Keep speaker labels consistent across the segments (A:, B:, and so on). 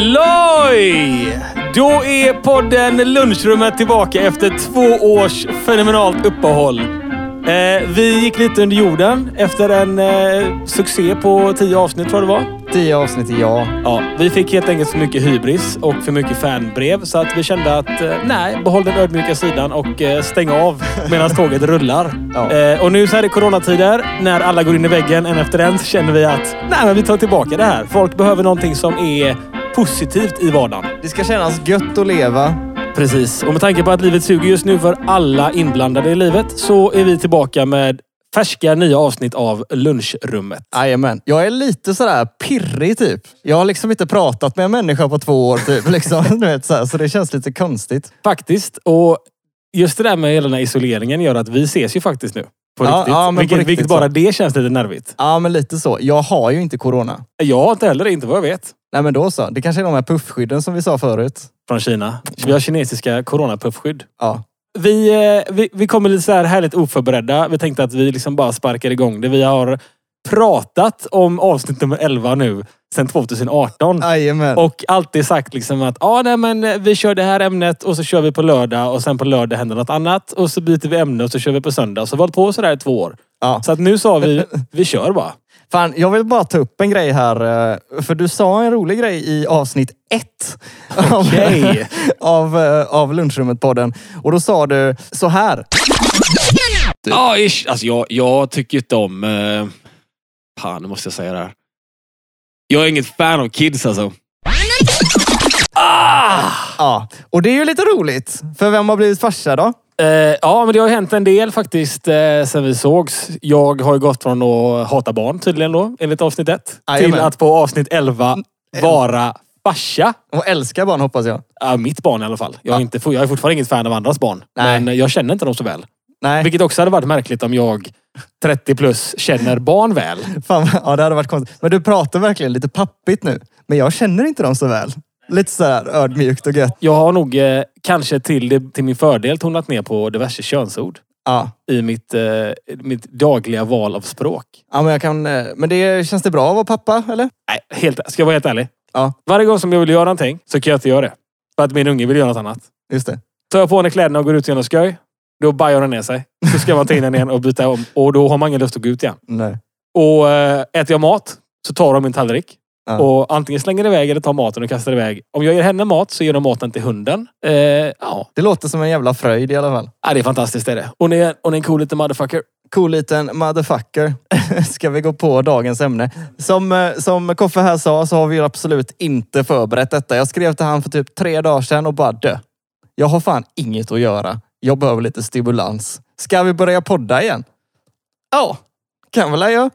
A: Halloj! Då är podden Lunchrummet tillbaka efter två års fenomenalt uppehåll. Eh, vi gick lite under jorden efter en eh, succé på tio avsnitt tror jag det var.
B: Tio avsnitt är jag.
A: Ja, vi fick helt enkelt för mycket hybris och för mycket fanbrev så att vi kände att eh, nej, behåll den ödmjuka sidan och eh, stäng av medan tåget rullar.
B: Ja.
A: Eh, och nu så här i coronatider, när alla går in i väggen en efter en, så känner vi att nej, men vi tar tillbaka det här. Folk behöver någonting som är positivt i vardagen.
B: Det ska kännas gött att leva.
A: Precis. Och med tanke på att livet suger just nu för alla inblandade i livet så är vi tillbaka med färska nya avsnitt av Lunchrummet.
B: Jajamän. Jag är lite sådär pirrig typ. Jag har liksom inte pratat med en människa på två år typ. Liksom, du vet, så, här, så det känns lite konstigt.
A: Faktiskt. Och just det där med hela den här isoleringen gör att vi ses ju faktiskt nu. På
B: Ja,
A: riktigt.
B: ja, men på
A: vilket,
B: riktigt
A: vilket
B: så.
A: bara det känns lite nervigt.
B: Ja, men lite så. Jag har ju inte corona.
A: Jag har inte heller det, inte vad jag vet.
B: Nej, men då så. Det kanske är de här puffskydden som vi sa förut.
A: Från Kina. Vi har kinesiska coronapuffskydd.
B: Ja,
A: Vi, eh, vi, vi kommer lite så här härligt oförberedda. Vi tänkte att vi liksom bara sparkar igång det. Vi har pratat om avsnitt nummer 11 nu, sedan 2018.
B: jajamän.
A: Och alltid sagt liksom att ah, nej, men eh, vi kör det här ämnet och så kör vi på lördag och sen på lördag händer något annat. Och så byter vi ämne och så kör vi på söndag. Så vi har hållit på sådär i två år.
B: Ja.
A: Så att nu sa vi, vi kör bara.
B: Fan, jag vill bara ta upp en grej här. eh, För du sa en rolig grej i avsnitt ett av-
A: Okej.
B: av, eh, av Lunchrummet-podden. Och då sa du så här. Typ.
A: Ja, ish. Alltså jag, jag tycker inte om... Eh, fan, nu måste jag säga det här. Jag är inget fan av kids alltså. Ah!
B: Ja, och det är ju lite roligt. För vem har blivit farsa då?
A: Eh, ja, men det har ju hänt en del faktiskt eh, sen vi sågs. Jag har ju gått från att hata barn tydligen då, enligt avsnitt ett.
B: Jajamän.
A: Till att på avsnitt 11 vara farsa.
B: Och älskar barn hoppas jag.
A: Ja, mitt barn i alla fall. Jag är,
B: Ja.
A: inte, jag är fortfarande inget fan av andras barn.
B: Nej.
A: Men jag känner inte dem så väl.
B: Nej,
A: Vilket också hade varit märkligt om jag, 30 plus, känner barn väl.
B: fan, ja, det hade varit konstigt. Men du pratar verkligen lite pappigt nu. Men jag känner inte dem så väl. Lite så här ödmjukt och gött.
A: Jag har nog, eh, kanske till, det, till min fördel, tonat ner på diverse könsord
B: Ja.
A: i mitt, eh, mitt dagliga val av språk.
B: Ja, men, jag kan, eh, men det känns det bra att vara pappa, eller?
A: Nej, helt, ska jag vara helt ärlig?
B: Ja,
A: Varje gång som jag vill göra någonting så kan jag inte göra det. För att min unge vill göra något annat.
B: just det.
A: Tar jag på henne kläderna och går ut genom skoj, då bajar hon ner sig. Så ska man ta in henne igen och byta om. Och då har man ingen lust att gå ut igen.
B: Nej.
A: Och eh, äter jag mat så tar hon min tallrik.
B: Ja.
A: Och antingen slänger iväg eller tar maten och kastar iväg. Om jag ger henne mat så ger hon maten till hunden. Eh, ja.
B: Det låter som en jävla fröjd i alla fall.
A: ja, det är fantastiskt. Det är det. Hon, är, hon är en cool liten motherfucker.
B: Cool liten motherfucker. Ska vi gå på dagens ämne? Som, eh, som Koffe här sa så har vi ju absolut inte förberett detta. Jag skrev till han för typ tre dagar sedan och bara dö. Jag har fan inget att göra. Jag behöver lite stimulans. Ska vi börja podda igen? Ja, kan väl jag.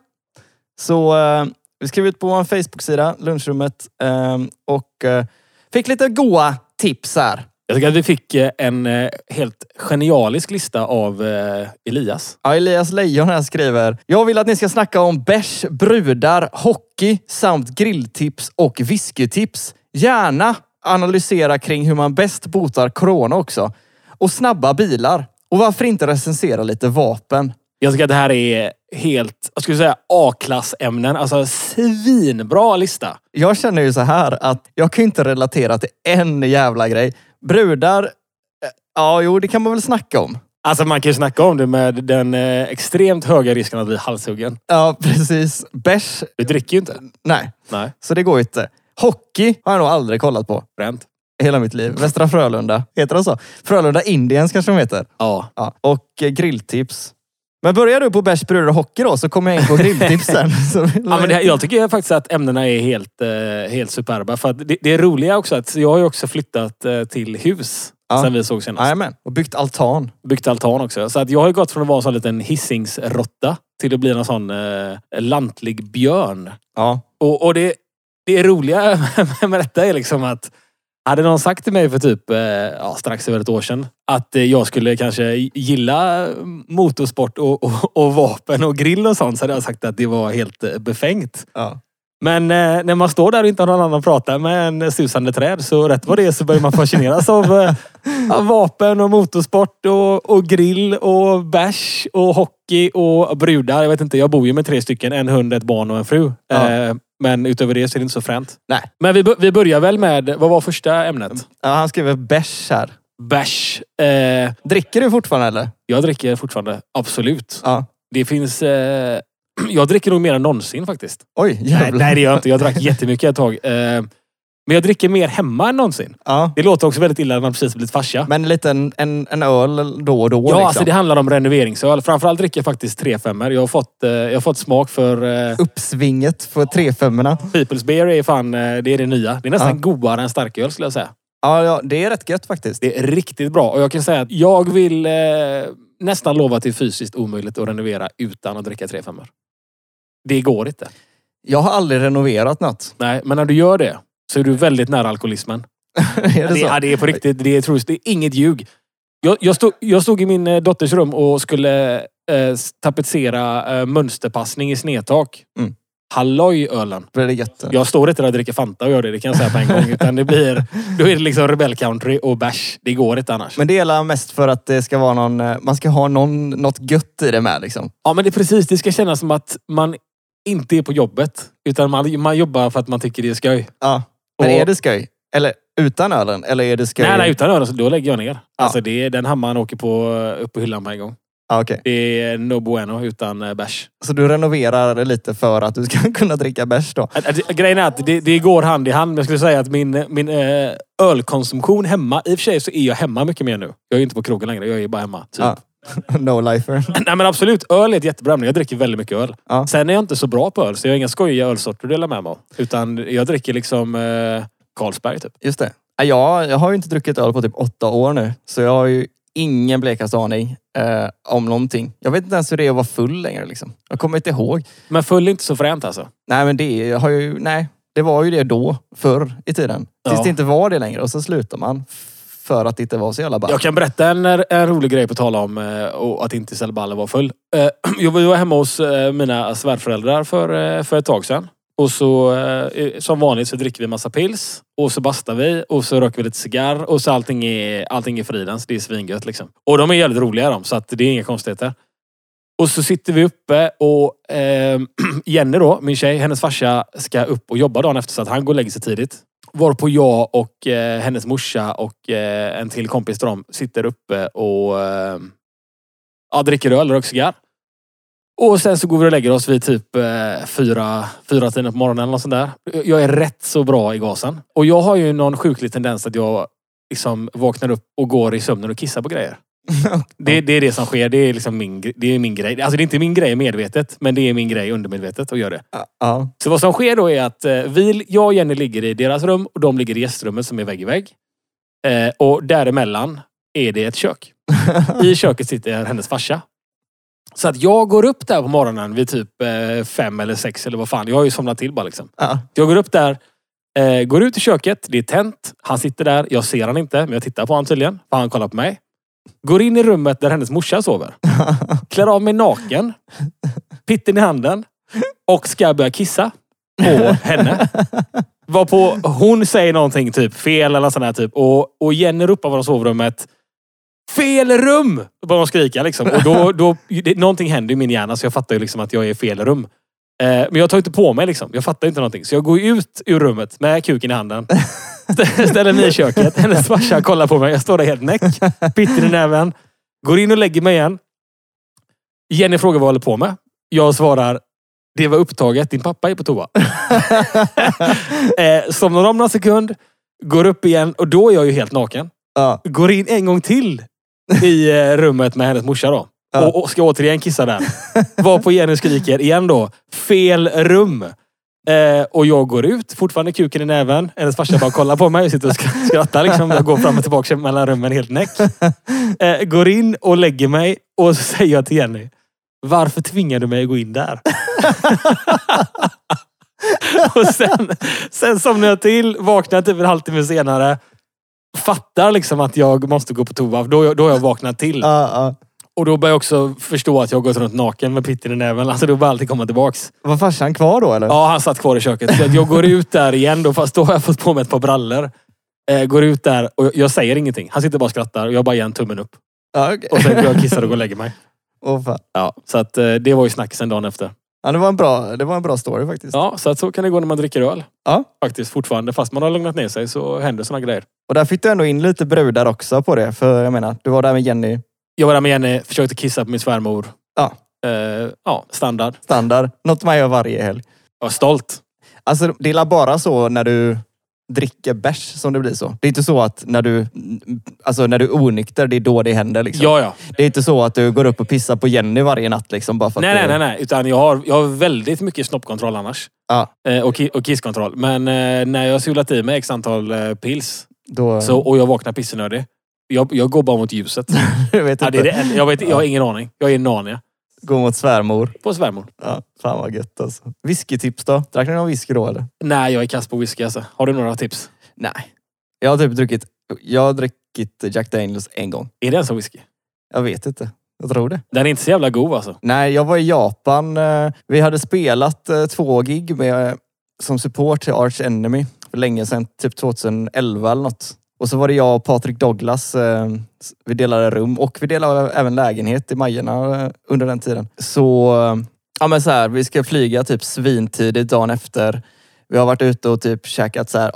B: Så eh, vi skrev ut på vår Facebook-sida, lunchrummet, eh, och eh, fick lite goa tips här.
A: Jag tycker att vi fick eh, en eh, helt genialisk lista av eh, Elias.
B: Ja, Elias Lejon här skriver. Jag vill att ni ska snacka om bärs, brudar, hockey samt grilltips och whiskytips. Gärna analysera kring hur man bäst botar corona också. Och snabba bilar. Och varför inte recensera lite vapen?
A: Jag tycker att det här är helt, jag skulle säga A-klassämnen. Alltså svinbra lista.
B: Jag känner ju så här att jag kan ju inte relatera till en jävla grej. Brudar, eh, ja jo det kan man väl snacka om.
A: Alltså man kan ju snacka om det med den eh, extremt höga risken att bli halshuggen.
B: Ja precis. Bärs,
A: Du dricker ju inte.
B: nej.
A: Nej.
B: Så det går ju inte. Hockey har jag nog aldrig kollat på.
A: Bränt.
B: hela mitt liv. Västra Frölunda, heter de så? Frölunda Indians kanske de heter.
A: Ja.
B: Ja. Och eh, grilltips. Men börjar du på bärs, brudar och hockey då så kommer jag in på grilltipsen. Så-
A: Ja, men det, här- jag tycker faktiskt att ämnena är helt, eh, helt superba. För att det, det är roliga också att jag har ju också flyttat eh, till hus
B: Ja.
A: sen vi såg senast.
B: Jajamän. Och byggt altan.
A: Byggt altan också. Så att jag har ju gått från att vara en sån liten hissingsrotta till att bli en sån eh, lantlig björn.
B: Ja.
A: Och, och det, det roliga med detta är liksom att hade någon sagt till mig för typ eh, ja, strax över ett år sedan att eh, jag skulle kanske gilla motorsport och, och, och vapen och grill och sånt så hade jag sagt att det var helt eh, befängt.
B: ja.
A: Men eh, när man står där och inte har någon annan att prata med än susande träd så rätt vad det är så börjar man fascineras av, eh, av vapen och motorsport och, och grill och bärs och hockey och brudar. Jag vet inte, jag bor ju med tre stycken. En hund, ett barn och en fru.
B: Ja.
A: Eh, Men utöver det så är det inte så fränt.
B: Nej.
A: Men vi, bör- vi börjar väl med, vad var första ämnet?
B: Ja, han skriver bärs här.
A: Bärs. Eh,
B: Dricker du fortfarande eller?
A: jag dricker fortfarande. Absolut.
B: Ja.
A: Det finns... Eh, jag dricker nog mer än någonsin faktiskt.
B: Oj,
A: Nej,
B: jävlar.
A: nej, det gör jag inte. Jag drack jättemycket ett tag. Eh, men jag dricker mer hemma än någonsin.
B: Ja.
A: Det låter också väldigt illa när man precis blivit farsa.
B: Men lite en, en, en öl då och då.
A: Ja,
B: liksom.
A: alltså det handlar om renoveringsöl. Framförallt dricker jag faktiskt 3-5 jag, har fått, eh, jag har fått smak för... Eh,
B: Uppsvinget för 3-5
A: People's Beer är fan eh, det, är det nya. Det är nästan
B: Ja.
A: godare än starköl skulle jag säga.
B: ja, ja, det är rätt gött faktiskt.
A: Det är riktigt bra. Och jag kan säga att jag vill eh, nästan lova att det är fysiskt omöjligt att renovera utan att dricka 3-5. Det går inte.
B: Jag har aldrig renoverat något.
A: Nej, men när du gör det så är du väldigt nära alkoholismen.
B: är det
A: Det,
B: så?
A: ja, det är på riktigt. Det är, troligt, det är inget ljug. Jag, jag, stod, jag stod i min eh, dotters rum och skulle eh, s- tapetsera eh, mönsterpassning i snedtak.
B: Mm.
A: Hallojölen.
B: Blir det gött?
A: Jag står inte där och dricker Fanta och gör det, det kan jag säga på en gång. Utan det blir, då är det liksom Rebel Country och bärs. Det går inte annars.
B: Men det gäller mest för att det ska vara någon, eh, man ska ha någon, något gött i det med liksom.
A: ja, men det är precis. Det ska kännas som att man inte är på jobbet. Utan man, man jobbar för att man tycker det är skoj.
B: Ja. Men
A: Och-
B: är det skoj? Eller utan ölen? Eller är det skoj?
A: Nej, nej, utan öron så då lägger jag ner.
B: Ja.
A: Alltså det, den hammaren åker på, eh, upp på hyllan på en gång.
B: Ja, okej.
A: Det är no bueno utan eh, bärs.
B: Så du renoverar det lite för att du ska kunna dricka bärs då?
A: Att- att- Grejen är att det, det går hand i hand. men Jag skulle säga att min, min eh, ölkonsumtion hemma, i och för sig så är jag hemma mycket mer nu. Jag är ju inte på krogen längre, jag är bara hemma. Typ.
B: Ja. No-lifer.
A: Nej men absolut, öl är ett jättebra ämne. Jag dricker väldigt mycket öl.
B: Ja.
A: Sen är jag inte så bra på öl, så jag har inga skojiga ölsorter att dela med mig av. Utan jag dricker liksom eh, Carlsberg typ.
B: Just det. Ja, Jag, jag har ju inte druckit öl på typ åtta år nu, så jag har ju ingen blekaste aning eh, om någonting. Jag vet inte ens hur det är att vara full längre. Liksom. Jag kommer inte ihåg.
A: Men full är inte så fränt alltså.
B: Nej, men det har ju, nej, det var ju det då, förr i tiden. Tills
A: Ja.
B: det inte var det längre och så slutar man f- för att det inte var så jävla bra.
A: Jag kan berätta en, en rolig grej på tal om eh, och att inte Selballe var full. Eh, Jag var- jag var hemma hos eh, mina svärföräldrar för, eh, för ett tag sedan. Och så, eh, som vanligt så dricker vi massa pils. Och så bastar vi och så röker vi lite cigarr. Och så allting är, allting är fridens. Det är svingött liksom. Och de är jävligt roliga de, så att det är inga konstigheter. Och så sitter vi uppe och eh, Jenny då, min tjej, hennes farsa ska upp och jobba dagen efter så att han går och lägger sig tidigt. Varpå jag och eh, hennes morsa och eh, en till kompis till dem sitter uppe och eh, ja, dricker öl, röker cigarr. Och sen så går vi och lägger oss vid typ eh, fyra, fyra tiden på morgonen eller något sånt där. Jag är rätt så bra i gasen. Och jag har ju någon sjuklig tendens att jag liksom vaknar upp och går i sömnen och kissar på grejer. Det, det är det som sker. Det är liksom min, gre- det är min grej. Alltså det är inte min grej medvetet, men det är min grej undermedvetet att göra det.
B: Ja, ja,
A: Så vad som sker då är att eh, vi, jag och Jenny ligger i deras rum och de ligger i gästrummet som är vägg i vägg. Eh, och däremellan är det ett kök. I köket sitter hennes farsa. Så att jag går upp där på morgonen vid typ eh, fem eller sex eller vad fan. Jag har ju somnat till bara liksom.
B: ja.
A: Jag går upp där, eh, går ut i köket. Det är tänt. Han sitter där. Jag ser han inte, men jag tittar på honom tydligen. För han kollar på mig. Går in i rummet där hennes morsa sover. Klär av mig naken. Pitten i handen. Och ska börja kissa på henne. Varpå hon säger någonting typ fel eller sån här typ. Och, och Jenny ropar från sovrummet. Fel rum! Bara de skrika liksom. Och då, då, det, någonting händer i min hjärna så jag fattar ju liksom att jag är i fel rum. Eh, men jag tar inte på mig liksom. Jag fattar inte någonting. Så jag går ut ur rummet med kuken i handen. Stä- Ställer mig i köket. Hennes farsa kollar på mig. Jag står där helt näck. Pitten i näven. Går in och lägger mig igen. Jenny frågar vad jag håller på med. Jag svarar, det var upptaget. Din pappa är på toa. eh, somnar om någon sekund. Går upp igen och då är jag ju helt naken.
B: ja.
A: Går in en gång till i eh, rummet med hennes morsa då.
B: Ja.
A: Och, och ska återigen kissa där. Var på Jenny skriker igen då. Fel rum. Eh, och jag går ut, fortfarande kuken i näven. Hennes farsa bara kollar på mig och sitter och sk- skrattar. Liksom. Jag går fram och tillbaka mellan rummen helt näck. Eh, går in och lägger mig och så säger jag till Jenny. Varför tvingar du mig att gå in där? och sen, sen somnar jag till, vaknar typ en halvtimme senare. Fattar liksom att jag måste gå på toa. Då, har jag- då har jag vaknat till.
B: Ja, ja.
A: Och då börjar jag också förstå att jag har gått runt naken med pitten i näven. Alltså då börjar alltid komma tillbaks.
B: Var farsan kvar då eller?
A: Ja, han satt kvar i köket. Så att jag går ut där igen då, fast då har jag fått på mig ett par brallor. Eh, går ut där och jag, jag säger ingenting. Han sitter bara och skrattar och jag bara ger en tummen upp.
B: Ja, okej.
A: Och sen går jag och kissar och går och lägger mig.
B: Åh, fan.
A: Ja, så att eh, det var ju snackisen dagen efter.
B: Ja, det, var en bra, det var en bra story faktiskt.
A: Ja, så att så kan det gå när man dricker öl.
B: Ja.
A: Faktiskt fortfarande. Fast man har lugnat ner sig så händer såna grejer.
B: Och där fick du ändå in lite brudar också på det. För jag menar, du var där med Jenny
A: Jag var där med Jenny, försökte kissa på min svärmor.
B: Ja.
A: Eh, ja, standard.
B: Standard. Något man gör varje helg.
A: Jag var stolt.
B: Alltså, det är bara så när du dricker bärs som det blir så. Det är inte så att när du, alltså när du är onykter, det är då det händer. Liksom.
A: Ja, ja.
B: Det är inte så att du går upp och pissar på Jenny varje natt. Liksom, bara för att
A: Nej,
B: du...
A: nej, nej, nej. Utan jag har, jag har väldigt mycket snoppkontroll annars.
B: Ja,
A: Eh, och, ki- och kisskontroll. Men eh, när jag har sulat i mig x antal eh, pils
B: då...
A: så, och jag vaknar pissnödig. Jag, jag går bara mot ljuset.
B: jag vet
A: ja,
B: inte.
A: det är det, enda- jag, vet, jag har ingen aning. Jag är i Narnia.
B: Gå mot svärmor.
A: På svärmor.
B: Ja, fan vad gött alltså. Whiskytips då? Drack ni någon whisky då eller?
A: Nej, jag är kass på whisky alltså. Har du några tips?
B: Nej. Jag har typ druckit... Jag har druckit Jack Daniels en gång.
A: Är det ens en whisky?
B: Jag vet inte. Jag tror det.
A: Den är inte så jävla god alltså.
B: Nej, jag var i Japan. eh, Vi hade spelat eh, två gig med, eh, som support till Arch Enemy för länge sedan, typ 2011 eller något. Och så var det jag och Patrik Douglas. eh, s- Vi delade rum och vi delade även lägenhet i Majerna eh, under den tiden. Så, eh, ja men så här, vi ska flyga typ svintidigt dagen efter. Vi har varit ute och typ käkat så här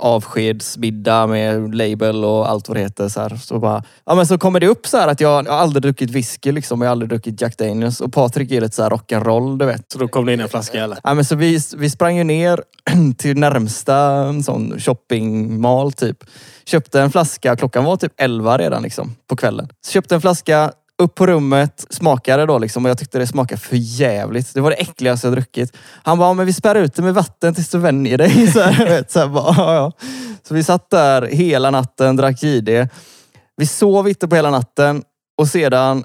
B: avskedsmiddag med label och allt vad det heter. Så, här. så, bara, ja, men så kommer det upp så här att jag, jag har aldrig druckit whisky liksom. Jag har aldrig druckit Jack Daniels. Och Patrik är lite så här rock'n'roll, du vet.
A: Så då kom det in en flaska eller?
B: Ja, men så vi, vi sprang ju ner till närmsta sån shoppingmall typ. Köpte en flaska, klockan var typ 11 redan liksom på kvällen. Så köpte en flaska, upp på rummet, smakade då liksom och jag tyckte det smakade för jävligt. Det var det äckligaste jag druckit. Han bara, "Ja, men vi spär ut det med vatten tills du vänjer dig. Så, här, du vet, så, här, bara, ja, ja. så vi satt där hela natten, drack JD. Vi sov inte på hela natten och sedan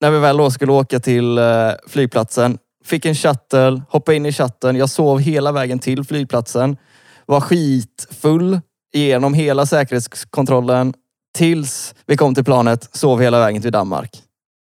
B: när vi väl då skulle åka till eh, flygplatsen, fick en shuttle, hoppade in i shuttlen. Jag sov hela vägen till flygplatsen. Var skitfull genom hela säkerhetskontrollen tills vi kom till planet. Sov hela vägen till Danmark.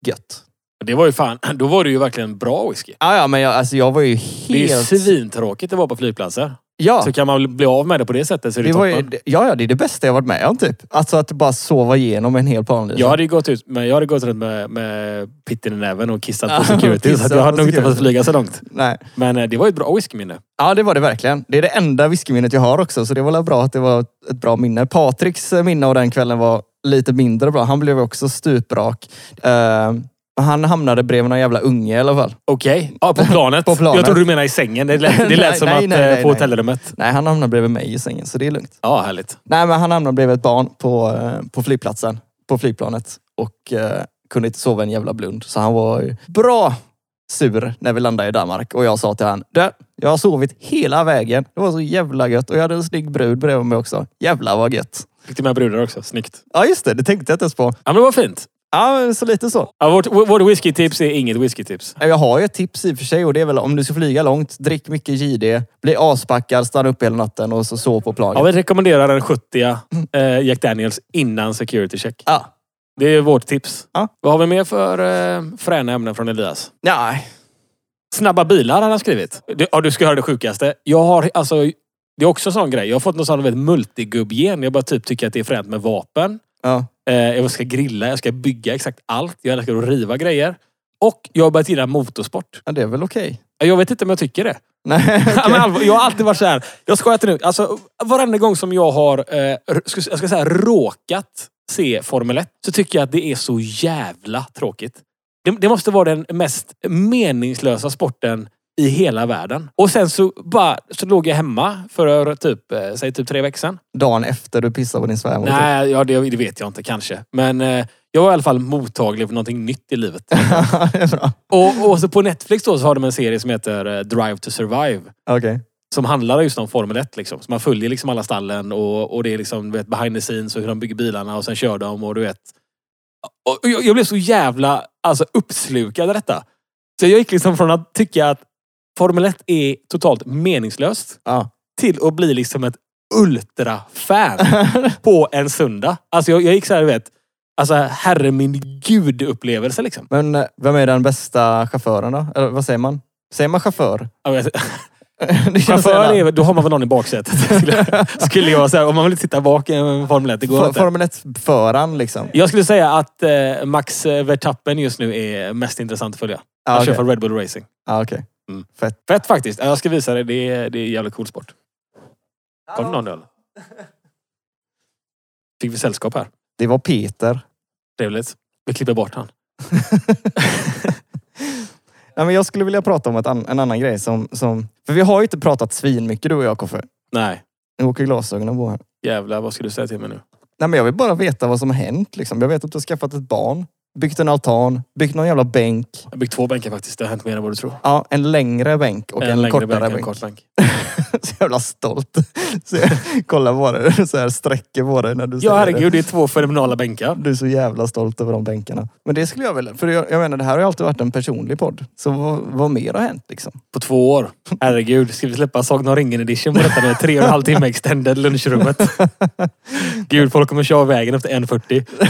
B: Gött.
A: Det var ju fan, då var det ju verkligen bra whisky.
B: Ah, ja, men jag, alltså, jag var ju
A: Det är ju
B: helt...
A: svintråkigt att vara på flygplatser.
B: ja,
A: Så kan man bli av med det på det sättet så är det,
B: det var
A: toppen.
B: ju, ja, ja, det är det bästa jag varit med om typ. Alltså att bara sova igenom en hel plan. liksom.
A: Jag hade ju gått ut med, jag hade gått runt med, med pitten i näven och kissat på
B: Ja,
A: security. så att
B: kissat
A: jag hade
B: på
A: nog inte fått
B: security.
A: flyga så långt.
B: Nej.
A: Men eh, det var ju ett bra whiskyminne.
B: Ja, det var det verkligen. Det är det enda whiskyminnet jag har också, så det var väl bra att det var ett bra minne. Patriks eh, minne av den kvällen var lite mindre bra. Han blev också stuprak. Eh, han hamnade bredvid någon jävla unge i alla fall.
A: Okej. Ja, på planet.
B: På planet.
A: Jag trodde du menade i sängen. Det lät, det lät
B: Nej,
A: som
B: nej,
A: att
B: nej,
A: eh,
B: nej,
A: på
B: nej.
A: hotellrummet.
B: Nej, han hamnade bredvid mig i sängen, så det är lugnt.
A: Ja, härligt.
B: Nej, men han hamnade bredvid ett barn på, eh, på flygplatsen, på flygplanet och eh, kunde inte sova en jävla blund. Så han var ju bra sur när vi landade i Danmark och jag sa till han, du, jag har sovit hela vägen. Det var så jävla gött och jag hade en snygg brud bredvid mig också. Jävlar vad gött.
A: Fick du med brudar också. Snyggt.
B: Ja, just det. Det tänkte jag inte ens på.
A: Ja, men det var fint.
B: Ja, men så lite så.
A: Ja, vårt, vårt whiskytips är inget whiskytips.
B: Jag har ju ett tips i och för sig och det är väl om du ska flyga långt, drick mycket JD, bli aspackad, stanna upp hela natten och så sov på planet.
A: Ja, vi rekommenderar den 70 eh, Jack Daniels innan security check.
B: Ja.
A: Det är vårt tips.
B: Ja.
A: Vad har vi mer för eh, fräna ämnen från Elias?
B: Nej.
A: Snabba bilar har han skrivit. Det, ja, du ska höra det sjukaste. Jag har alltså... Det är också en sån grej. Jag har fått någon sån vet, multigubbgen. Jag bara typ tycker att det är fränt med vapen.
B: Ja.
A: Eh, jag ska grilla, jag ska bygga exakt allt. Jag älskar att riva grejer. Och jag har börjat gilla motorsport.
B: ja, det är väl okej.
A: Jag vet inte om jag tycker det.
B: Nej,
A: Ja, men allvar, jag har alltid varit så här. Jag skojar inte nu. Alltså, varenda gång som jag har eh, r- ska, jag ska säga, råkat se Formel 1 så tycker jag att det är så jävla tråkigt. Det, det måste vara den mest meningslösa sporten i hela världen. Och sen så, bara, så låg jag hemma för typ, eh, säg typ tre veckor sedan.
B: Dagen efter du pissade på din svärmor. typ.
A: Nej, ja, det, det vet jag inte kanske. Men eh, jag var i alla fall mottaglig för någonting nytt i livet.
B: det är bra.
A: och, och så på Netflix då, så har de en serie som heter eh, Drive to Survive.
B: Okej.
A: som handlar just om Formel 1. Liksom. Så man följer liksom alla stallen och, och det är liksom, du vet, behind the scenes och hur de bygger bilarna och sen kör de och du vet. Och jag, jag blev så jävla alltså, uppslukad av detta. Så jag gick liksom från att tycka att Formel 1 är totalt meningslöst
B: Ja.
A: till att bli liksom ett ultrafan på en söndag. Alltså jag, jag gick så här, du vet. Alltså herre min gud upplevelse liksom.
B: Men eh, vem är den bästa chauffören då? Eller vad säger man? Säger man chaufför?
A: Alltså,
B: Det känns
A: Chaufför,
B: jävla-
A: är, då har man väl någon i baksätet. Skulle, skulle jag säga. Om man vill sitta bak i en Formel 1. Det går
B: For-
A: inte.
B: Formel 1-föraren liksom.
A: Jag skulle säga att eh, Max Verstappen just nu är mest intressant att följa. Han
B: Ja,
A: kör
B: okej.
A: för Red Bull Racing.
B: Ja, okej.
A: Mm.
B: Fett.
A: Fett faktiskt. Ja, Jag ska visa dig. Det är, det är en jävligt cool sport. Har du någon öl? Fick vi sällskap här.
B: Det var Peter.
A: Trevligt. Vi klipper bort han.
B: Nej, men jag skulle vilja prata om ett an- en annan grej som, som... För vi har ju inte pratat svin mycket du och jag Koffe.
A: Nej.
B: Nu åker glasögonen på här.
A: Jävlar, vad ska du säga till mig nu?
B: Nej, men jag vill bara veta vad som har hänt. Liksom. Jag vet att du har skaffat ett barn, byggt en altan, byggt någon jävla bänk.
A: Jag har byggt två bänkar faktiskt. Det har hänt mer än vad du tror.
B: Ja, en längre bänk och en,
A: längre
B: kortare
A: bänk,
B: bänk.
A: en kort bänk.
B: Så jävla stolt. Så jag, kolla på dig, så här sträcker på dig när du
A: Ja,
B: säger
A: herregud. Det är två fenomenala bänkar.
B: det. Du är så jävla stolt över de bänkarna. Men det skulle jag vilja, för jag, jag menar det här har ju alltid varit en personlig podd. Så vad, vad mer har hänt liksom?
A: På två år. Herregud. Ska vi släppa Sagan om ringen edition på detta nu? Tre och en halv timme extended lunchrummet. Gud, folk kommer köra av vägen efter 1.40.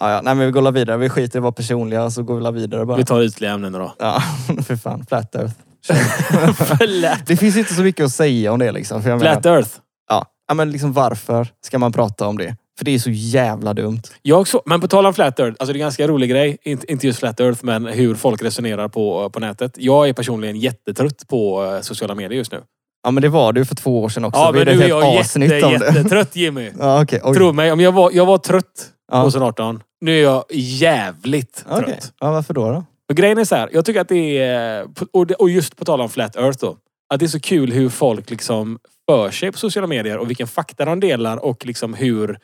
B: Ja, ja, nej men vi går la vidare, vi skiter i att vara personliga så går vi la vidare bara.
A: Vi tar ytliga ämnen då.
B: Ja, för fan. Flat Earth.
A: Flat-
B: Det finns inte så mycket att säga om det liksom. För jag menar,
A: Flat Earth.
B: ja, ja, men liksom varför ska man prata om det? För det är så jävla dumt.
A: Jag också, men på tal om Flat Earth, alltså det är en ganska rolig grej. Inte, inte just Flat Earth, men hur folk resonerar på, på nätet. Jag är personligen jättetrött på eh, sociala medier just nu.
B: Ja men det var du för två år sedan också.
A: Ja,
B: Vi
A: men
B: hade
A: nu är
B: ett helt
A: jag jätte,
B: avsnitt om det.
A: jättetrött Jimmy.
B: Ja, okej. Oj.
A: Tro mig, om jag, var, jag var trött
B: Ja.
A: 2018. Nu är jag jävligt
B: Okej.
A: trött.
B: Ja, varför då? då?
A: Och grejen är så här, jag tycker att det är, och det- och just på tal om Flat Earth då, att det är så kul hur folk liksom för sig på sociala medier och vilken fakta de delar och liksom hur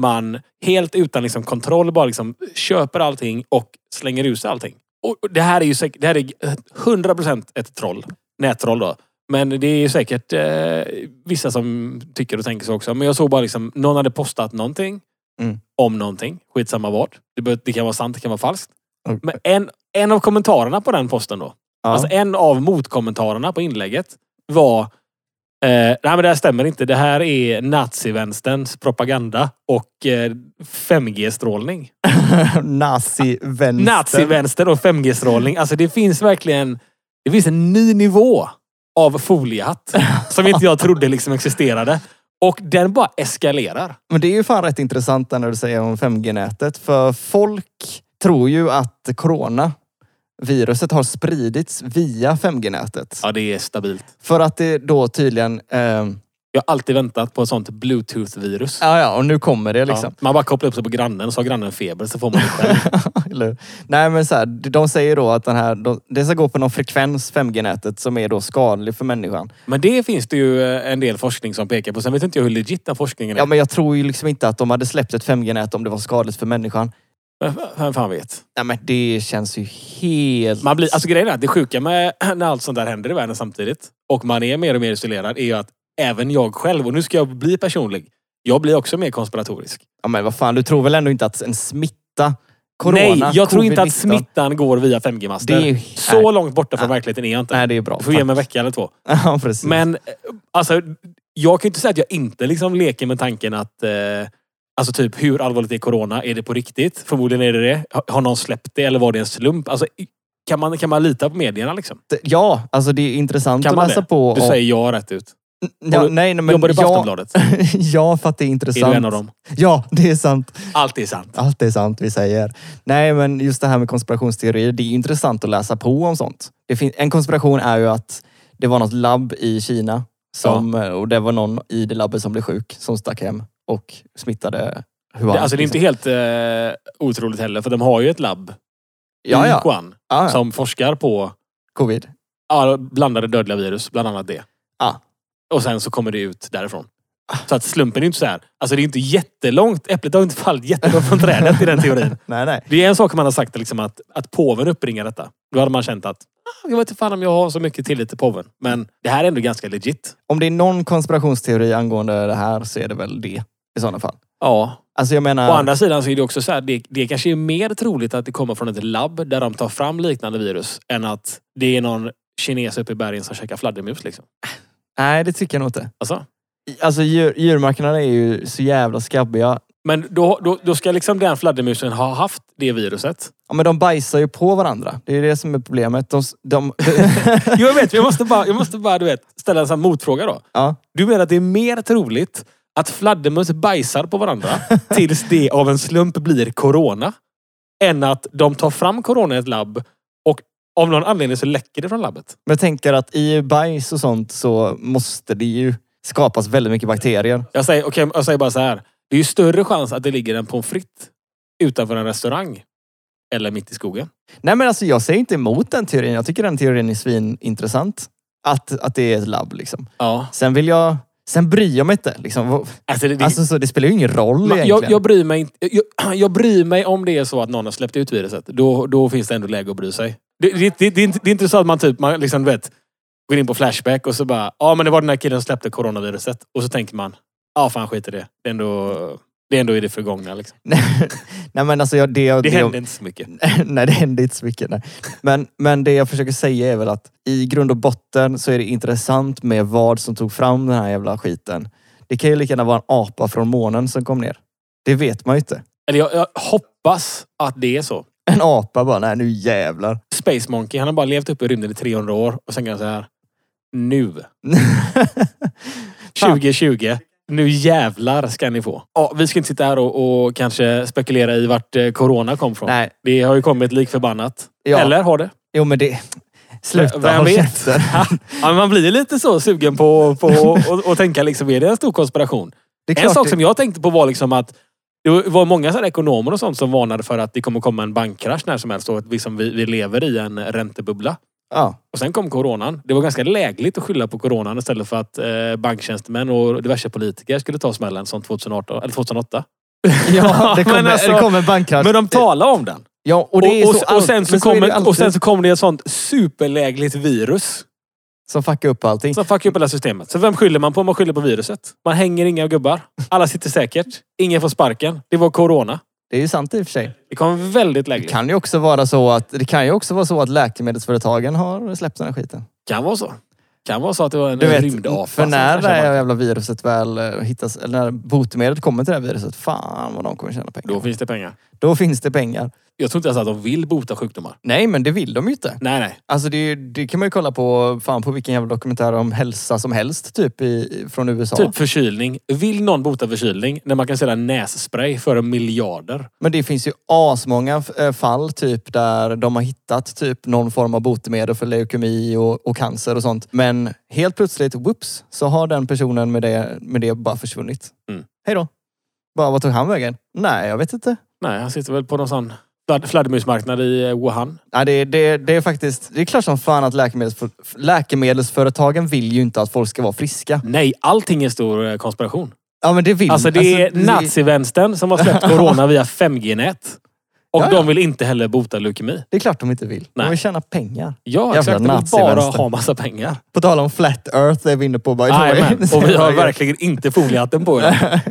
A: man helt utan liksom kontroll bara liksom köper allting och slänger ut sig allting. Och och det här är ju säkert, det här är 100% ett troll. Nättroll då. Men det är ju säkert eh, vissa som tycker och tänker så också. Men jag såg bara liksom, någon hade postat någonting
B: Mm.
A: om någonting. Skitsamma vad. Det, bör- det kan vara sant, det kan vara falskt.
B: Okej.
A: Men en, en av kommentarerna på den posten då.
B: Ja.
A: Alltså en av motkommentarerna på inlägget var Eh, nej men det här stämmer inte. Det här är nazivänsterns propaganda och eh, 5G-strålning. Mm.
B: Nazi-vänster.
A: Nazivänster och 5G-strålning. Alltså det finns verkligen... Det finns en ny nivå av foliehatt som inte jag trodde liksom existerade. Och den bara eskalerar.
B: Men det är ju fan rätt intressant där när du säger om 5G-nätet. För folk tror ju att coronaviruset har spridits via 5G-nätet.
A: Ja, det är stabilt.
B: För att det då tydligen... ehm,
A: Jag har alltid väntat på ett sånt bluetooth-virus.
B: ja, ja, och nu kommer det liksom.
A: Ja, man bara kopplar upp sig på grannen och så har grannen feber så får man det själv.
B: Eller hur? Nej men så här, de säger då att den här, de, det ska gå på någon frekvens, 5G-nätet, som är då skadlig för människan.
A: Men det finns det ju eh, en del forskning som pekar på. Sen vet inte jag hur legit den forskningen är.
B: Ja men jag tror ju liksom inte att de hade släppt ett 5G-nät om det var skadligt för människan.
A: Men f- Vem fan vet?
B: Nej men det känns ju helt...
A: Man blir, alltså grejen är att det sjuka med när allt sånt där händer i världen samtidigt och man är mer och mer isolerad är ju att även jag själv, och nu ska jag bli personlig, jag blir också mer konspiratorisk.
B: Ja men vad fan, du tror väl ändå inte att en smitta, corona,
A: Nej, jag tror inte att
B: covid-19,
A: smittan går via 5G-master.
B: Det är ju-
A: Så
B: nej.
A: långt borta från
B: Nej.
A: verkligheten är jag inte.
B: Nej det är bra.
A: Du får ge mig en vecka eller två.
B: ja precis.
A: Men eh, alltså, jag kan ju inte säga att jag inte liksom leker med tanken att eh, Alltså typ hur allvarligt är corona? Är det på riktigt? Förmodligen är det det. Har- Har någon släppt det eller var det en slump? Alltså, i- kan, man, kan man lita på medierna liksom?
B: Ja, alltså det är intressant
A: Kan
B: att
A: man
B: läsa
A: det?
B: på.
A: Du
B: om-
A: säger ja rätt ut.
B: ja, nej, nej, men
A: Jobbar du på
B: ja,
A: Aftonbladet?
B: ja, för att det är
A: Är
B: intressant.
A: du en av dem?
B: Ja, det är sant.
A: Allt är sant.
B: Allt är sant vi säger. Nej, men just det här med konspirationsteorier, det är intressant att läsa på om sånt. Det fin- en konspiration är ju att det var något labb i Kina som, eh, och det var någon i det labbet som blev sjuk, som stack hem och smittade Wuhan.
A: Det, alltså det är inte helt eh, otroligt heller, för de har ju ett labb
B: liksom. ja,
A: i
B: ja.
A: Wuhan
B: ja, ja.
A: som forskar på
B: Covid.
A: ja, blandade dödliga virus, bland annat det.
B: Ja.
A: Och sen så kommer det ut därifrån. Så att slumpen är ju inte så här. Alltså det är inte jättelångt. Äpplet har inte fallit jättelångt från trädet i den teorin.
B: Nej, nej.
A: Det är en sak man har sagt liksom att, att påven uppringar detta. Då hade man känt att ah, jag vet inte fan om jag har så mycket tillit till påven. Men det här är ändå ganska legit.
B: Om det är någon konspirationsteori angående det här så är det väl det i sådana fall.
A: Ja,
B: Alltså jag menar...
A: Å andra sidan så är det också så här, det, det kanske är mer troligt att det kommer från ett labb där de tar fram liknande virus än att det är någon kines uppe i bergen som käkar fladdermus. Liksom.
B: Nej, det tycker jag nog inte.
A: Alltså.
B: Alltså djur, djurmarknaderna är ju så jävla skabbiga.
A: Men då, då, då ska liksom den fladdermusen ha haft det viruset.
B: Ja, men de bajsar ju på varandra. Det är ju det som är problemet. De, s- de,
A: Jo, jag vet, jag måste bara, jag måste bara du vet, ställa en sån här motfråga då.
B: ja.
A: Du menar att det är mer troligt att fladdermus bajsar på varandra tills det av en slump blir corona än att de tar fram corona i ett labb och Av någon anledning så läcker det från labbet.
B: Men jag tänker att i bajs och sånt så måste det ju skapas väldigt mycket bakterier.
A: Jag säger, okej, jag säger bara så här. Det är ju större chans att det ligger en pommes frites utanför en restaurang. Eller mitt i skogen.
B: Nej men alltså jag säger inte emot den teorin. Jag tycker den teorin är svinintressant. Att, att det är ett labb liksom.
A: Ja.
B: Sen vill jag... Sen bryr jag mig inte. Liksom. Vad-
A: Alltså, det, det,
B: Alltså så det spelar ju ingen roll
A: man,
B: egentligen.
A: jag, jag, bryr mig inte, jag, jag bryr mig om det är så att någon har släppt ut viruset. Då, då finns det ändå läge att bry sig. Det, det, det, det, är inte, det är inte så att man typ, man liksom, du vet, går in på Flashback och så bara, ja men det var den där killen som släppte coronaviruset. Och så tänker man, ja fan skit i det. Det är ändå, det är ändå i det förgångna. Liksom.
B: Nej men alltså jag, det, jag-
A: Det
B: det jag-
A: hände inte så mycket.
B: nej, det hände inte så mycket. Nej. Men, men det jag försöker säga är väl att i grund och botten så är det intressant med vad som tog fram den här jävla skiten. Det kan ju lika gärna vara en apa från månen som kom ner. Det vet man ju inte.
A: Eller jag, jag hoppas att det är så.
B: En apa bara, nej nu jävlar.
A: Space Monkey, han har bara levt uppe i rymden i 300 år och sen kan han så här. Nu. 2020. Nu jävlar ska ni få. Ja, vi ska inte sitta här och, och kanske spekulera i vart eh, corona kom från.
B: nej,
A: Det har ju kommit lik förbannat.
B: Ja.
A: Eller har det?
B: jo men det... Sluta,
A: Vem
B: håll
A: vet?
B: käften.
A: ja, man blir lite så sugen på på och, och tänka liksom, är det en stor konspiration?
B: Det är
A: En
B: klart
A: sak
B: det-
A: som jag tänkte på var liksom att det var många så här ekonomer och sånt som varnade för att det kommer komma en bankkrasch när som helst och att liksom vi, vi lever i en räntebubbla.
B: Ja,
A: Och sen kom coronan. Det var ganska lägligt att skylla på coronan istället för att eh, banktjänstemän och diverse politiker skulle ta smällen som 2018, eller 2008.
B: ja det
A: Men
B: kommer,
A: alltså-
B: det kommer en bankkrasch.
A: Men de talar om den.
B: ja, och,
A: Och,
B: det är
A: och,
B: så
A: och,
B: allt-
A: sen så
B: men är det
A: kommer-
B: ju
A: och
B: alltid
A: sen så kommer det ett sånt superlägligt virus
B: som fuckar upp allting.
A: som fuckar upp hela systemet. Så vem skyller man på? Man skyller på viruset. Man hänger inga gubbar. Alla sitter säkert. Ingen får sparken. Det var corona.
B: Det är ju sant i och för sig.
A: Det kom väldigt lägligt.
B: kan ju också vara så att, det kan ju också vara så att läkemedelsföretagen har släppt den här skiten.
A: Kan vara så. Kan vara så att det var en
B: Du
A: rymdapa.
B: vet, för
A: som
B: när det
A: kraschade
B: här
A: banken.
B: jävla viruset väl eh, hittas, eller när botemedlet kommer till det här viruset, fan vad de kommer tjäna pengar.
A: Då
B: Då,
A: finns det pengar.
B: finns det pengar.
A: Jag tror inte ens att de vill bota sjukdomar.
B: Nej, men det vill de ju inte.
A: Nej, nej.
B: Alltså det, är ju- det kan man ju kolla på, fan på vilken jävla dokumentär om hälsa som helst, typ i, från USA.
A: Typ förkylning. Vill någon bota förkylning när man kan sälja nässpray för miljarder?
B: Men det finns ju asmånga f- eh, fall typ där de har hittat typ någon form av botemedel för leukemi och, och cancer och sånt. Men helt plötsligt, whoops, så har den personen med det, med det bara försvunnit.
A: Mm.
B: Hej då. Bara, vad tog han vägen? Nej, jag vet inte.
A: Nej, han sitter väl på någon sån fladd- fladdermusmarknad i eh, Wuhan.
B: Nej, det, det, det är faktiskt, det är klart som fan att läkemedelsför, läkemedelsföretagen vill ju inte att folk ska vara friska.
A: Nej, allting är stor eh, konspiration.
B: Ja, men det vill
A: Alltså det är
B: Mm. alltså,
A: nazivänstern som har släppt corona via 5G-nät. Och
B: Ja, ja.
A: de vill inte heller bota leukemi.
B: Det är klart de inte vill.
A: Nej.
B: De vill tjäna pengar.
A: Ja,
B: Jävla
A: exakt. De vill bara
B: nazivänster.
A: ha massa pengar.
B: På tal om flat earth är vi inne på. Bara,
A: Jajamän. Och vi har verkligen inte foliehatten på er.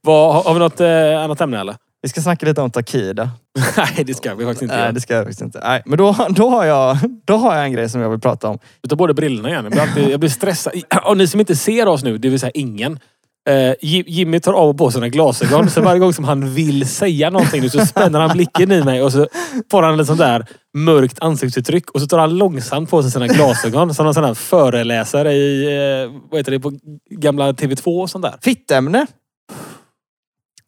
A: Vad, har- har vi något eh, annat ämne eller?
B: Vi ska snacka lite om Takida.
A: Nej, det ska vi faktiskt inte
B: Nej,
A: göra.
B: det ska jag faktiskt inte. Nej, men då, då, har jag, då har jag en grej som jag vill prata om.
A: Du tar både brillorna igen. Jag blir, alltid, jag blir stressad. Och ni som inte ser oss nu, det vill säga ingen. Eh, Ji- Jimmy tar av och på sina glasögon. Så varje gång som han vill säga någonting nu så spänner han blicken i mig och så får han ett sånt där mörkt ansiktsuttryck. Och så tar han långsamt på sig sina glasögon. Som någon sån här föreläsare i, eh, vad heter det, på gamla TV2 och sånt där.
B: Fittämne.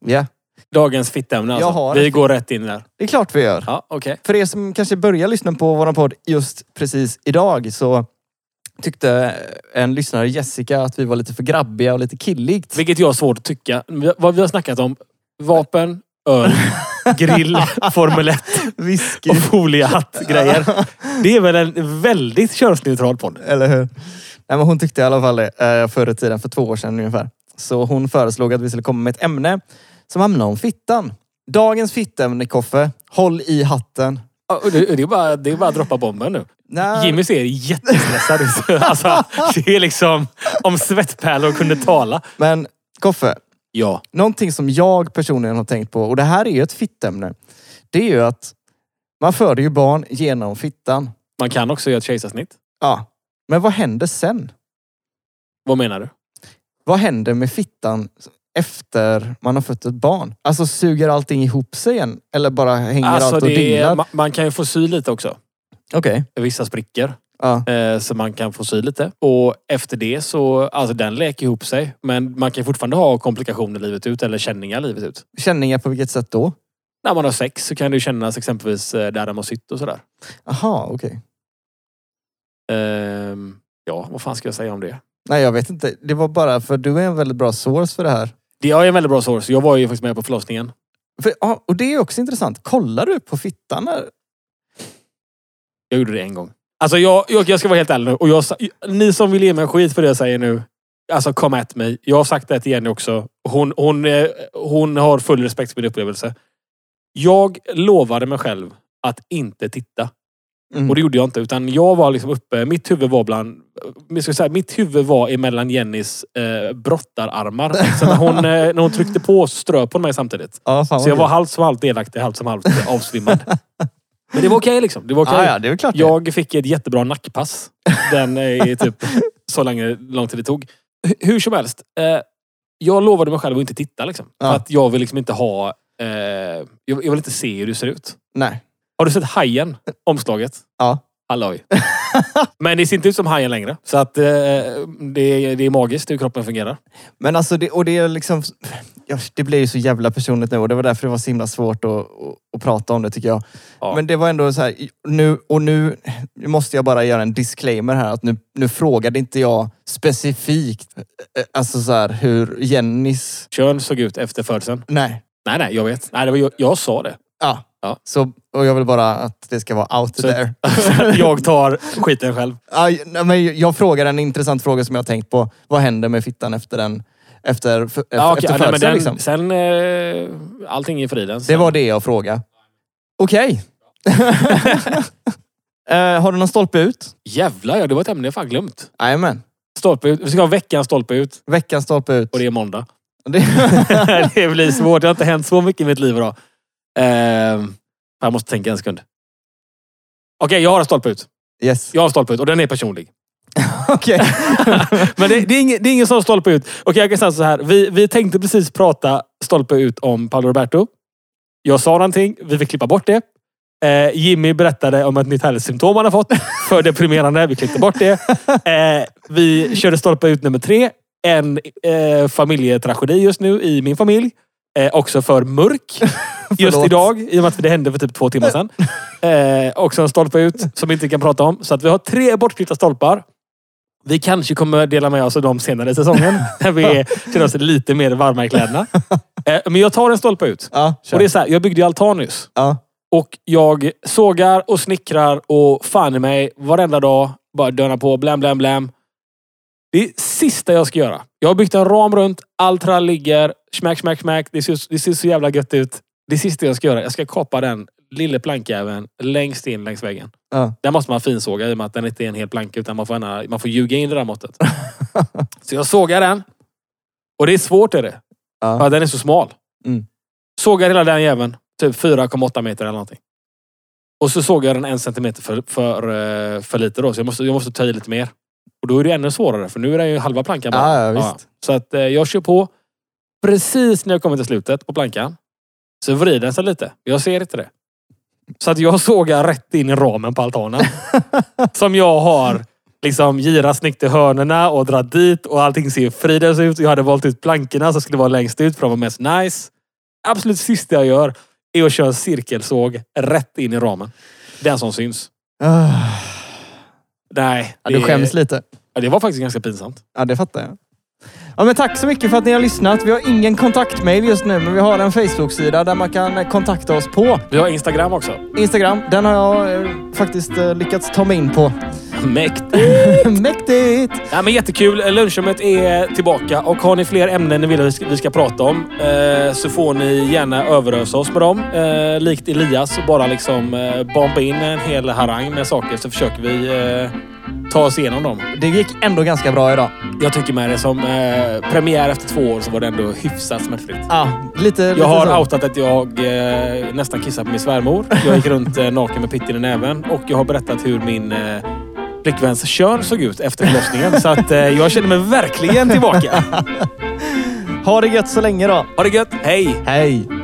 B: Ja,
A: Dagens fittämne
B: Jag
A: alltså.
B: har
A: Vi
B: ett-
A: går rätt in där.
B: det är klart vi gör.
A: Ja, okej.
B: För er som kanske börjar lyssna på vår podd just precis idag så tyckte en lyssnare, Jessica, att vi var lite för grabbiga och lite killigt.
A: Vilket jag har svårt att tycka. Vi- Vad vi har snackat om. Vapen, öl, grill, Formel 1
B: Whisky.
A: och foliehatt-grejer. Det är väl en väldigt könsneutral podd.
B: Eller hur? Nej, men hon tyckte i alla fall det eh, förr i tiden, för två år sedan ungefär. Så hon föreslog att vi skulle komma med ett ämne som handlar om fittan. Dagens fittämne, Koffe. Håll i hatten.
A: Ja, och Det det är bara, det är bara att droppa bomben nu.
B: Nej.
A: Jimmy ser jättestressad ut. Alltså, det är liksom om svettpärlor kunde tala.
B: Men Koffe,
A: Ja.
B: någonting som jag personligen har tänkt på, och det här är ju ett fittämne, det är ju att man föder ju barn genom fittan.
A: Man kan också göra ett kejsarsnitt.
B: Ja. Men vad händer sen?
A: Vad menar du?
B: Vad händer med fittan efter man har fött ett barn? Alltså suger allting ihop sig igen? Eller bara hänger allt och
A: Alltså, det
B: dinglar?
A: är, man, man kan ju få sy lite också.
B: Okej.
A: Vissa sprickor.
B: Ja.
A: Eh, så man kan få sy lite. Och efter det så, alltså den läker ihop sig. Men man kan fortfarande ha komplikationer livet ut eller känningar livet ut.
B: Känningar på vilket sätt då?
A: när man har sex så kan det ju kännas exempelvis eh, där de har sitt och sådär.
B: Aha, okej.
A: Ehm, ja, vad fan ska jag säga om det?
B: Nej, jag vet inte. Det var bara för du är en väldigt bra source för det här.
A: Det är en väldigt bra source. Jag var ju faktiskt med på förlossningen.
B: För, ja, och det är också intressant. Kollar du på fittan? Här?
A: Jag gjorde det en gång. Alltså jag, jag, jag ska vara helt ärlig nu. Och jag, sa- ni som vill ge mig skit för det jag säger nu. Alltså kom at mig. Jag har sagt det till Jenny också. Hon, hon, eh, hon har full respekt för min upplevelse. Jag lovade mig själv att inte titta.
B: Mm.
A: Och det gjorde jag inte. Utan jag var liksom uppe. Mitt huvud var bland... Jag ska säga, mitt huvud var emellan Jennys eh, brottararmar. Så när hon, eh, när hon tryckte på så ströp hon mig samtidigt.
B: ja, fan
A: Så jag
B: vad
A: var halvt som halvt delaktig, halvt som halvt avsvimmad. Men det var okej liksom. Det var
B: kul.
A: okej.
B: ja, Ah, ja, det är väl klart
A: Jag fick ett jättebra nackpass. Den är typ så länge, lång tid det tog. H- Hur som helst. Eh, jag lovade mig själv att inte titta. Liksom.
B: Ja.
A: För att jag vill liksom inte ha... Eh, jag, jag vill inte se hur du ser ut.
B: det. Nej.
A: Har du sett Hajen? Omslaget?
B: Ja.
A: Halloj. Men det ser inte ut som Hajen längre. Så att eh, det, är- det är magiskt hur kroppen fungerar.
B: Men alltså, det, och det är liksom... Ja, det blir ju så jävla personligt nu och det var därför det var så himla svårt att, att, att prata om det tycker jag.
A: Ja.
B: Men det var ändå så här, nu, och nu måste jag bara göra en disclaimer här. Att nu, nu frågade inte jag specifikt, eh, alltså så här, hur Jennys...
A: Kön såg ut efter födseln.
B: Nej.
A: Nej, nej, jag vet. Nej, det var, jag, jag sa det.
B: Ja.
A: Ja.
B: Så, och jag vill bara att det ska vara out
A: Så-
B: there.
A: jag tar skiten själv.
B: Aj, nej, men jag frågar en intressant fråga som jag har tänkt på. Vad händer med fittan efter den efter, f-
A: Ja, okej.
B: efter
A: Nej,
B: födseln?
A: men den,
B: liksom?
A: Sen... Eh, allting är friden.
B: Det
A: Sen.
B: var det jag frågade. Okej. Eh, har du någon stolpe ut?
A: Jävlar, ja, det var ett ämne jag fan glömt.
B: Jajamän.
A: Stolpe ut. Vi ska ha veckans stolpe ut.
B: Veckans stolpe ut.
A: Och det är måndag.
B: Det-
A: det blir svårt. Det har inte hänt så mycket i mitt liv idag. Eh, jag måste tänka en sekund. Okej, jag har en stolpe ut.
B: yes.
A: Jag har en stolpe ut och den är personlig.
B: Okej.
A: Men det, det, är ingen, det är ingen sån stolpe ut. Okej, jag kan säga så här. Vi, vi tänkte precis prata stolpe ut om Paolo Roberto. Jag sa någonting. Vi fick klippa bort det. Eh, Jimmy berättade om ett nytt härligt symptom han har fått. För deprimerande. Vi klippte bort det. Eh, vi körde stolpe ut nummer tre. En eh, familjetragedi just nu i min familj. Eh, också för mörk. Just
B: Förlåt.
A: idag. I och med att det hände för typ två timmar sedan. Eh, också en stolpe ut som vi inte kan prata om. Så att vi har tre bortklippta stolpar. Vi kanske kommer dela med oss av dem senare i säsongen. När vi är- känner oss lite mer varma i kläderna. Eh, Men jag tar en stolpe ut.
B: Ja, kör.
A: Och det är så här, jag byggde ju altan nyss.
B: ja.
A: Och jag sågar och snickrar och fan i mig varenda dag. Bara dönar på, blam, blam, blam. Det är sista jag ska göra. Jag har byggt en ram runt, allt trall ligger. Smack, smack, smack. Det ser, det ser så jävla gött ut. Det sista jag ska göra, jag ska kapa den lille plankjäveln längst in längs väggen.
B: ja.
A: Där måste man finsåga i och med att den inte är en hel planka utan man får, gärna, man får ljuga in det där måttet. så jag sågar den. Och det är svårt är det.
B: Ja.
A: För att den är så smal.
B: Mm.
A: Sågar hela den jäveln. Typ 4,8 meter eller någonting. Och så såg jag den en centimeter för, för, eh, för lite då. Så jag måste, jag måste ta i lite mer. Och då är det ännu svårare. För nu är det ju halva plankan bara.
B: Ja, ja, visst.
A: Så att eh, jag kör på. Precis när jag kommer till slutet på plankan. Så vrider den sig lite. Jag ser inte det. Så att jag sågar rätt in i ramen på altanen. som jag har liksom girat snyggt i hörnerna och dragit dit. Och allting ser ju fridens ut. Jag hade valt ut plankorna som skulle vara längst ut för de var mest nice. Absolut sista jag gör är att köra en cirkelsåg rätt in i ramen. Den som syns.
B: Ah,
A: Nej.
B: ja, du skäms lite.
A: Ja, det var faktiskt ganska pinsamt.
B: Ah, Ja, det fattar jag. Ja, men tack så mycket för att ni har lyssnat. Vi har ingen kontaktmail just nu, men vi har en Facebook-sida där man kan eh, kontakta oss på.
A: Vi har Instagram också.
B: Instagram, den har jag eh, faktiskt eh, lyckats ta mig in på.
A: Mäktigt!
B: Mäktigt!
A: Nej, men jättekul. Lunchrummet är tillbaka och har ni fler ämnen ni vill att vi ska- vi ska prata om eh, så får ni gärna överösa oss med dem. Eh, likt Elias, bara liksom eh, bomba in en hel harang med saker så försöker vi eh, ta oss igenom dem.
B: Det gick ändå ganska bra idag.
A: Jag tycker med det som eh, premiär efter två år så var det ändå hyfsat smärtfritt.
B: Ja, lite, lite
A: Jag har
B: så.
A: outat att jag eh, nästan kissade på min svärmor. Jag gick runt eh, naken med pitten i näven. Och jag har berättat hur min eh, flickväns kön såg ut efter förlossningen. Så att eh, jag känner mig verkligen tillbaka.
B: Ha det gött så länge då.
A: Ha det gött! Hej!
B: Hej!